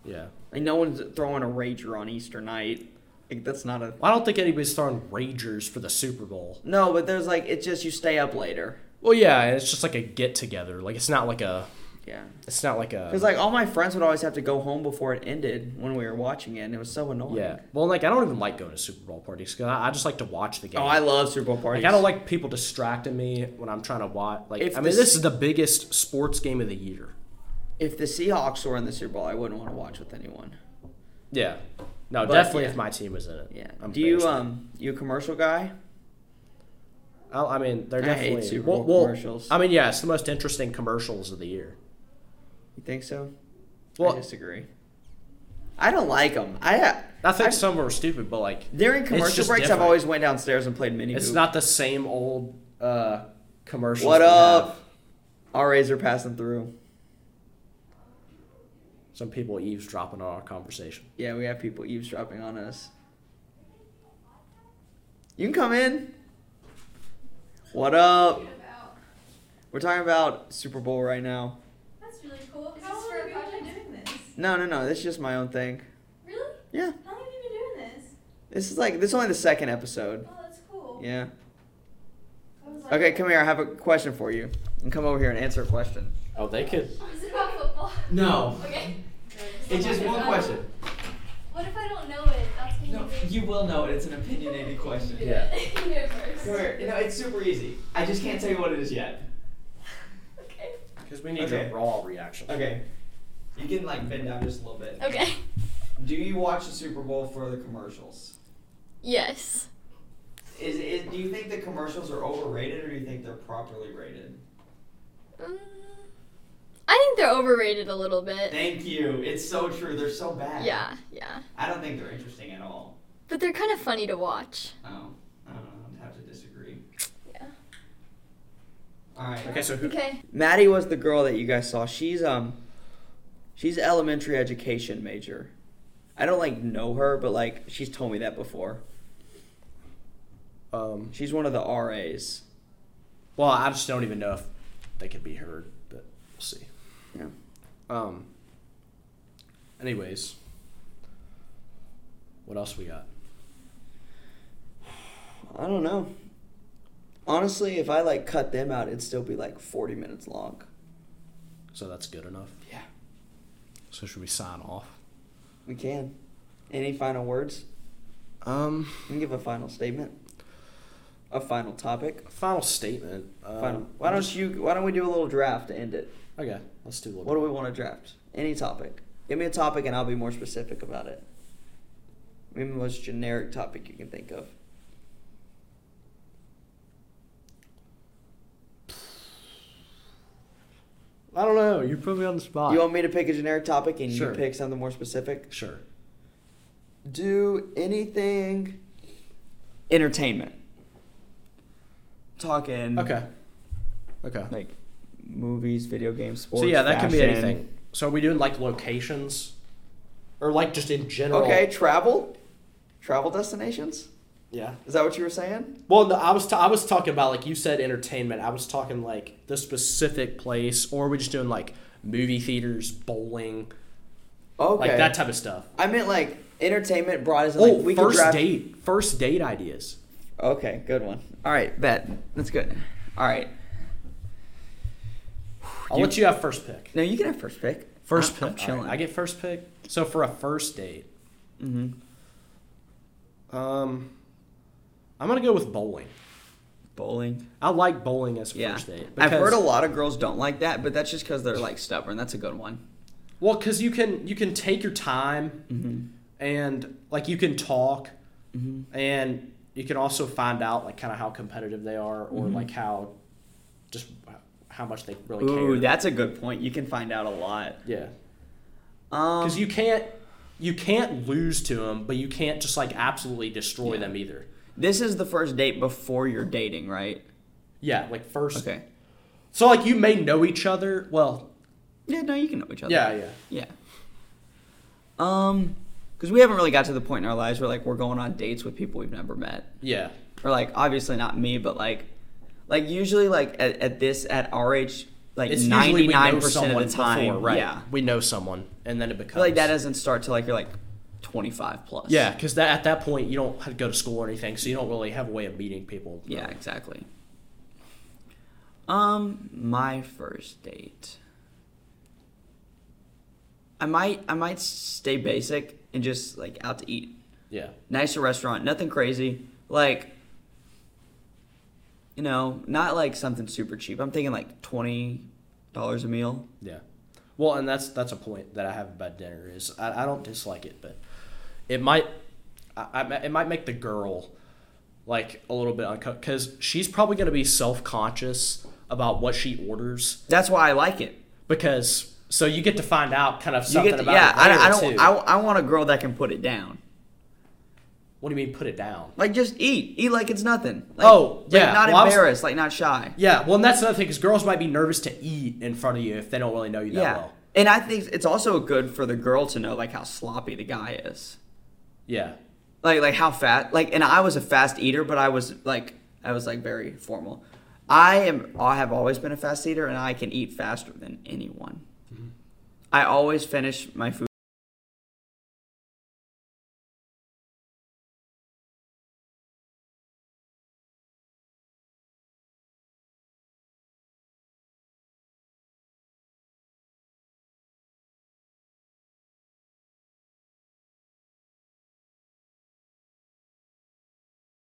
yeah. Like no one's throwing a rager on Easter night. Like that's not a Well, I don't think anybody's throwing Ragers for the Super Bowl. No, but there's like it's just you stay up later. Well, yeah, and it's just like a get together. Like it's not like a. Yeah. It's not like a. Because like all my friends would always have to go home before it ended when we were watching it, and it was so annoying. yeah. Well, like I don't even like going to Super Bowl parties because I, I just like to watch the game. Oh, I love Super Bowl parties. Like I don't like people distracting me when I'm trying to watch. Like If I mean, this- this, is the biggest sports game of the year. if the Seahawks were in the Super Bowl, I wouldn't want to watch with anyone. Yeah. No, But, definitely yeah. if my team was in it. Yeah. I'm Do you embarrassed. um you a commercial guy? Oh, I, I mean, they're I hate definitely Super well, Bowl well, commercials. I mean, yeah, it's the most interesting commercials of the year. You think so? I Well- disagree. I don't like them. I I think I- some of them are stupid, but like during commercial just breaks, I've different. always went downstairs and played mini. it's hoop. not the same old uh, commercials. What we up? have. RAs are passing through. Some people eavesdropping on our conversation. Yeah, we have people eavesdropping on us. You can come in. What up? We're talking about Super Bowl right now. That's really cool. Is How this long for a have you been project? doing this? No, no, no. This is just my own thing. Really? Yeah. How long have you been doing this? This is like this is only the second episode. Oh, that's cool. Yeah. I was like, Okay, come here. I have a question for you. And come over here and answer a question. Oh, they could. Is it about football? No. Okay. It's just one Um, question. What if I don't know it? That's gonna No, be. you will know it. It's an opinionated question. Yeah. you go first. Come here. No, it's super easy. I just can't tell you what it is yet. Okay. Because we need Okay. your raw reaction. Okay. You can like bend down just a little bit. Okay. Do you watch the Super Bowl for the commercials? Yes. Is, is do you think the commercials are overrated or do you think they're properly rated? Mm, I think they're overrated a little bit. Thank you. It's so true. They're so bad. Yeah, yeah. I don't think they're interesting at all. But they're kind of funny to watch. Oh, I don't know. I'd have to disagree. Yeah. All right. Okay, so who? Okay. Maddie was the girl that you guys saw. She's um she's elementary education major. I don't like know her, but like she's told me that before. Um, She's one of the RAs. well, I just don't even know if they could be heard, but we'll see. Yeah. Um. Anyways, what else we got? I don't know. Honestly, if I like cut them out, it'd still be like 40 minutes long. So that's good enough. Yeah. So should we sign off? We can. Any final words? Um, You can give a final statement. A final topic. final statement. Um, Final. why don't you? Why don't we do a little draft to end it? Okay, let's do a little. What do we want to draft? Any topic. Give me a topic and I'll be more specific about it. Maybe the most generic topic you can think of. I don't know. You put me on the spot. You want me to pick a generic topic and Sure. you pick something more specific? Sure. do anything entertainment. Talking Okay. Okay. like movies, video games, sports. So yeah, that can be fashion. anything. So are we doing like locations, or like just in general? Okay, travel, travel destinations. Yeah. Is that what you were saying? Well, no, I was ta- I was talking about like you said entertainment. I was talking like the specific place, or we're just doing like movie theaters, bowling, Okay, like that type of stuff. I meant like entertainment brought us. oh, like, we could first draft- date, first date ideas. Okay, good one. All right, bet that's good. All right, I'll let you have first pick. now you can have first pick. 1st I'm- I'm pick. chilling. Alright, I get first pick. So for a first date, hmm Mm-hmm. um, I'm gonna go with bowling. Bowling. I like bowling as a Yeah, first date. I've heard because- a lot of girls don't like that, but that's just because they're like stubborn. That's a good one. Well, because you can you can take your time Mm-hmm. and like you can talk Mm-hmm. and you can also find out like kind of how competitive they are or Mhm. like how just h- how much they really Ooh, care. that's a good point. You can find out a lot. yeah, Um, because you can't you can't lose to them, but you can't just like absolutely destroy Yeah. them either. this is the first date before you're dating, right? Yeah, like first. Okay. So like you may know each other. Well, Yeah, no, you can know each other. yeah, yeah. Yeah. Um, because we haven't really got to the point in our lives where like we're going on dates with people we've never met, Yeah. or like obviously not me, but like, like usually like at, at this at our age, like It's ninety usually we nine know percent someone of the time, before, right? Yeah. We know someone, and then it I becomes feel like that doesn't start till like you're like twenty five plus. Yeah, because that at that point you don't have to go to school or anything, so you don't really have a way of meeting people. Yeah, exactly. Um, my first date. I might I might stay basic and just like out to eat. Yeah. Nicer restaurant, nothing crazy. Like you know, not like something super cheap. I'm thinking like twenty dollars a meal. Yeah. Well, and that's that's a point that I have about dinner is I, I don't dislike it, but it might I, I, it might make the girl like a little bit uncomfortable because she's probably going to be self conscious about what she orders That's why I like it. because so you get to find out kind of You something get to, about yeah. it I, I later, don't. too. I, I want a girl that can put it down. what do you mean put it down? Like just eat, eat like it's nothing. Like, Oh, like, yeah. not Well, I was- embarrassed, like not shy. Yeah, well, and that's another thing because girls might be nervous to eat in front of you if they don't really know you that yeah. well. And I think it's also good for the girl to know like how sloppy the guy is. Yeah, Like like how fat like and I was a fast eater, but I was like I was like very formal. I am. I have always been a fast eater, and I can eat faster than anyone. Mhm. I always finish my food.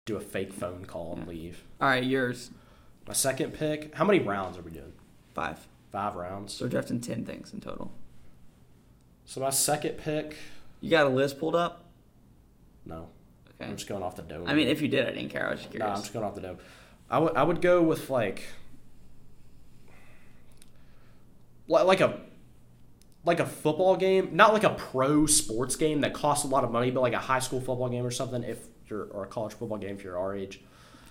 Do a fake phone call and leave. All right, yours My second pick. How many rounds are we doing? five. Five rounds. So we're drafting ten things in total. So my second pick. You got a list pulled up? No, Okay. I'm just going off the dome. I mean, if you did, I didn't care. I was just Nah, I'm curious. just going off the dome. I would I would go with like li- like a like a football game, not like a pro sports game that costs a lot of money, but like a high school football game or something. If you're or a college football game if you're our age,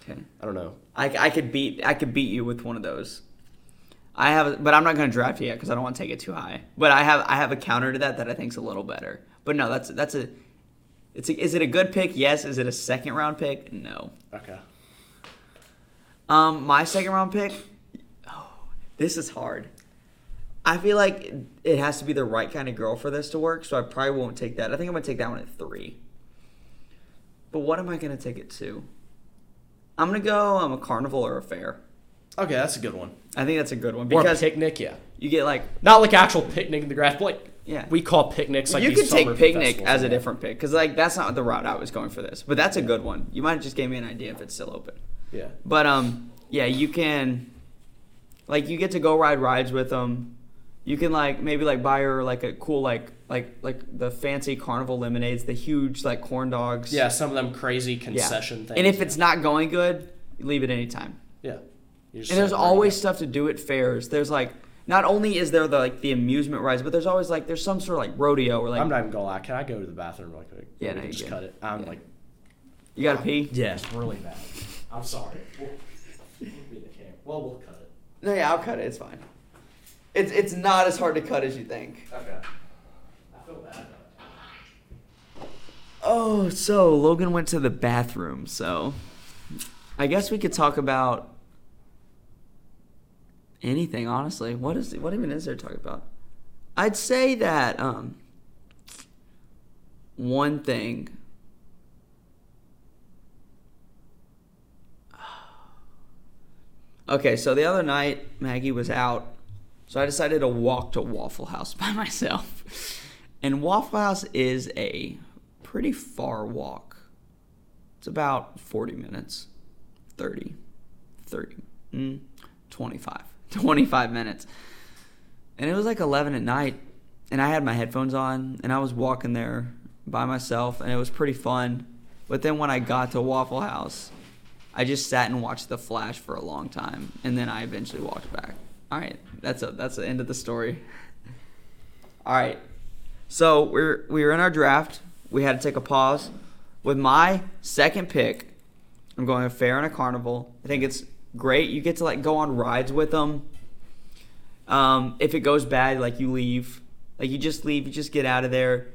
okay. I don't know. I, I could beat I could beat you with one of those. I have, but I'm not going to draft you yet because I don't want to take it too high. But I have I have a counter to that that I think's a little better. But no, that's that's a. It's a, is it a good pick? Yes. Is it a second round pick? No. Okay. Um, my second round pick. Oh, this is hard. I feel like it has to be the right kind of girl for this to work, so I probably won't take that. I think I'm gonna take that one at three. But what am I gonna take it to? I'm gonna go um, a carnival or a fair. Okay, that's a good one. I think that's a good one Or a because picnic, yeah. you get like Not like actual picnic in the grass, but like Yeah. we call picnics like you these could take summer picnic festivals as a and all. different pick because like that's not the route I was going for this, but that's a good one. You might have just gave me an idea if it's still open. Yeah. But um, yeah, you can, like, you get to go ride rides with them. You can like maybe like buy her like a cool like like like the fancy carnival lemonades, the huge like corn dogs. Yeah, some of them crazy Yeah. concession things. And if it's not going good, leave it anytime. yeah. You just And there's set it right always up. stuff to do at fairs. There's like not only is there the like the amusement rides, but there's always like there's some sort of like rodeo or like I'm not even gonna lie. Can I go to the bathroom real quick? Yeah, We no, can you just can. cut it. I'm Yeah. like, you gotta pee. yeah, it's really bad. I'm sorry. We'll, we'll be the camera. Well, we'll cut it. No, yeah, I'll cut it. It's fine. It's it's not as hard to cut as you think. Okay. I feel bad. Oh, so Logan went to the bathroom. So I guess we could talk about anything. Honestly, what is what even is there to talk about? I'd say that um, one thing. Okay, so the other night Maggie was out, so I decided to walk to Waffle House by myself. And Waffle House is a pretty far walk. It's about 40 minutes, 30, 30, mm, 25, 25 minutes. And it was like 11 at night, and I had my headphones on, and I was walking there by myself, and it was pretty fun. But then when I got to Waffle House, I just sat and watched The Flash for a long time, and then I eventually walked back. All right, that's a, that's the end of the story. All right, so we're we were in our draft. We had to take a pause. With my second pick, I'm going a fair and a carnival. I think it's great. You get to like go on rides with them. Um, if it goes bad, like you leave, like you just leave, you just get out of there.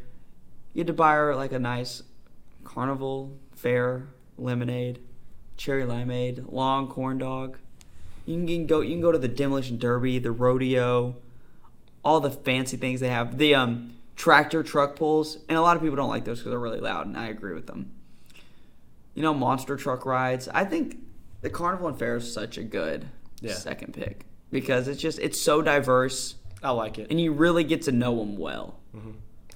You had to buy her like a nice carnival fair lemonade, cherry limeade, long corn dog. You can- you can go. You can go to the demolition derby, the rodeo, all the fancy things they have. The um, tractor truck pulls, and a lot of people don't like those because they're really loud, and I agree with them. You know, monster truck rides. I think the carnival and fair is such a good Yeah. second pick because it's just it's so diverse, I like it. and you really get to know them well.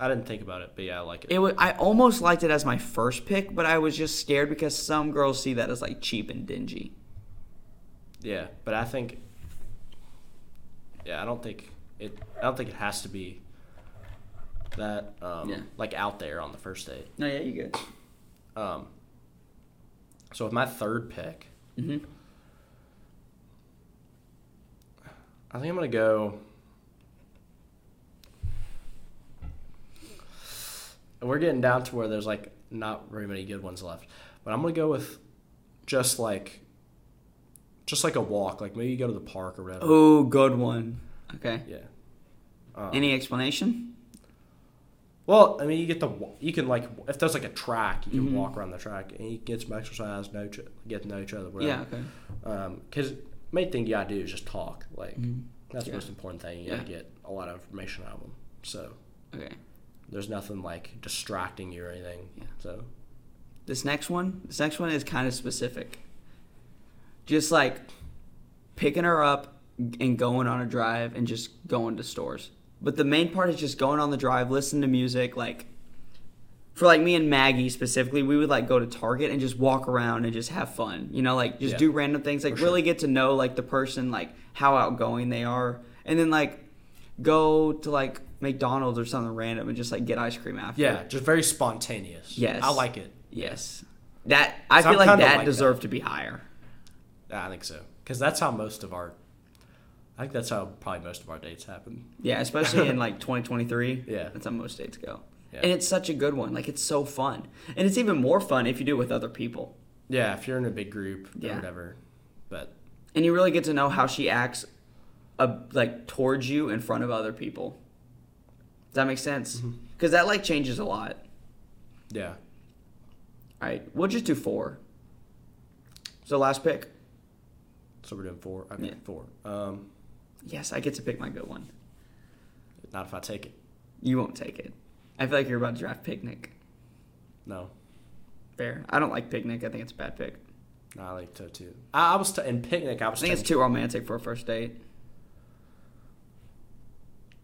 I didn't think about it, but yeah, I like it. It was, I almost liked it as my first pick, but I was just scared because some girls see that as like cheap and dingy. yeah, but I think. Yeah, I don't think it. I don't think it has to be. That um, Yeah. like out there on the first date. No, yeah, you good. Um, so with my third pick, Mm-hmm. I think I'm gonna go. We're getting down to where there's like not very many good ones left, but I'm gonna go with just like, just like a walk. Like maybe you go to the park or whatever. Oh, good one. Okay. Yeah. Um, Any explanation? well, I mean, you get the wa- you can like if there's like a track, you can Mhm. walk around the track and you can get some exercise, know ch- get to know each other. Whatever. Yeah. Okay. because main thing you gotta do is just talk. Like Mhm. that's Yeah. the most important thing. You gotta Yeah. get a lot of information out of them. So Okay. there's nothing like distracting you or anything. Yeah. So This next one, this next one is kind of specific. Just like picking her up and going on a drive and just going to stores. But the main part is just going on the drive, listening to music. Like for like me and Maggie specifically, we would like go to Target and just walk around and just have fun. You know, like just Yeah. do random things. Like For sure. really get to know like the person, like how outgoing they are, and then like go to like McDonald's or something random and just like get ice cream after. yeah, just very spontaneous. Yes. I like it. Yes. That I So I'm feel like kinda that like deserved to be higher. I think so because that's how most of our. I think that's how probably most of our dates happen. Yeah, especially in like 2023. Yeah. That's how most dates go. Yeah. And it's such a good one. Like it's so fun. And it's even more fun if you do it with other people. Yeah, if you're in a big group Yeah. or whatever, but And you really get to know how she acts uh, like towards you in front of other people. Does that make sense? Mm-hmm. Cuz that like changes a lot. yeah, All right. We'll just do 4. So last pick. so we're doing four. I mean Yeah. four. Um, Yes, I get to pick my good one. not if I take it. You won't take it. I feel like you're about to draft picnic. No, Fair. I don't like picnic. I think it's a bad pick. no I like to too. I, I was t- in picnic. I I was. think it's thinking- too romantic for a first date.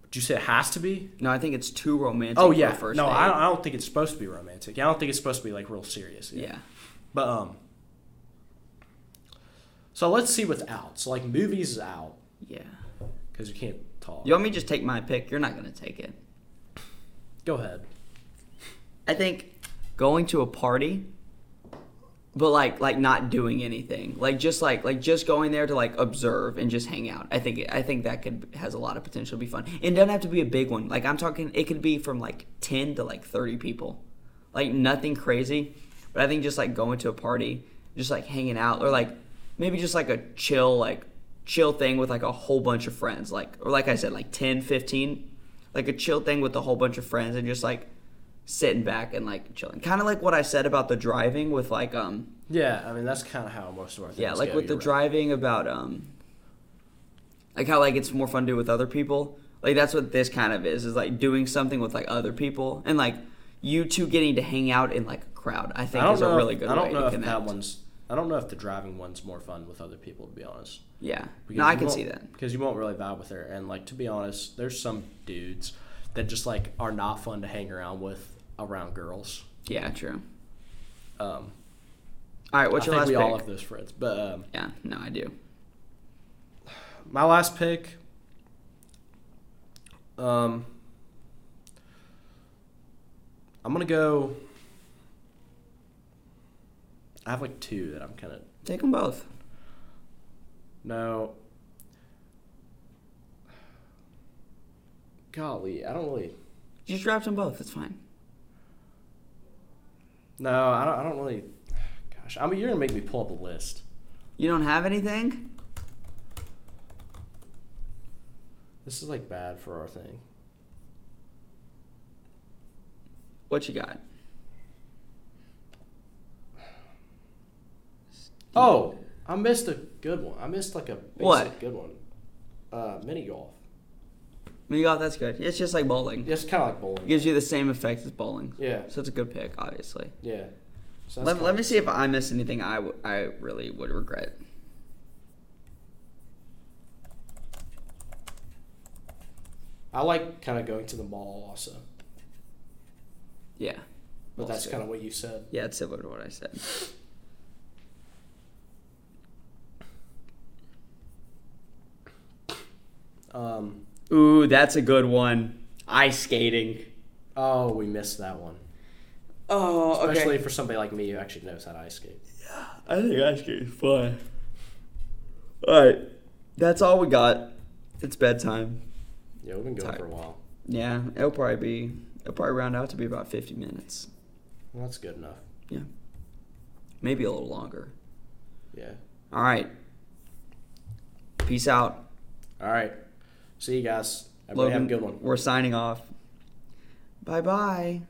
Did you say it has to be? No, I think it's too romantic. Oh yeah. for a first no, date. I don't, I don't think it's supposed to be romantic. I don't think it's supposed to be like real serious. Yeah. But um. So let's see what's out. So like movies is out yeah, because you can't talk. You want me to just take my pick? You're not gonna take it. Go ahead. I think going to a party, but like like not doing anything, like just like like just going there to like observe and just hang out. I think I think that could has a lot of potential to be fun. And it doesn't have to be a big one. Like I'm talking, it could be from like ten to like thirty people, like nothing crazy. But I think just like going to a party, just like hanging out, or like maybe just like a chill like chill thing with like a whole bunch of friends like or like i said like 10 15 like a chill thing with a whole bunch of friends and just like sitting back and like chilling. Kind of like what I said about the driving with like um Yeah, I mean that's kind of how most of our things yeah, like go, with the you're right. driving about um like how like it's more fun to do with other people. Like that's what this kind of is is like doing something with like other people and like you two getting to hang out in like a crowd. I think I don't is know a really if, good I don't way know to if connect. that one's. I don't know if the driving one's more fun with other people. To be honest, yeah. Because No, I you can won't- see that. because you won't really vibe with her. And like to be honest, there's some dudes that just like are not fun to hang around with around girls. Yeah, true. Um, All right, what's I your think we all last have pick? those friends. But um, Yeah, no, I do. my last pick. Um, I'm gonna go. I have like two that I'm kind of Take them both. No. Golly, I don't really. Just draft them both. It's fine. No, I don't. I don't really. Gosh, I mean, you're gonna make me pull up a list. You don't have anything? This is like bad for our thing. What you got? Oh, I missed a good one. I missed like a basic What? good one. Uh, mini golf. Mini golf, that's good. It's just like bowling. It's kind of like bowling. It gives you the same effect as bowling. Yeah, So it's a good pick, obviously. yeah. So that's Let, kinda- let me see if I miss anything I, w- I really would regret. I like kind of going to the mall also, Yeah. but that's Also. kind of what you said. Yeah, it's similar to what I said. Um. Ooh, that's a good one. Ice skating. Oh, we missed that one. Oh, Especially for somebody like me who actually knows how to ice skate. I think ice skating is fun. All right. That's all we got. It's bedtime. Yeah, we've been going Tired. for a while. Yeah, it'll probably be, it'll probably round out to be about 50 minutes. Well, that's good enough. Yeah. Maybe a little longer. Yeah. All right. Peace out. All right. See you guys. Everybody have a good one. We're signing off. Bye bye.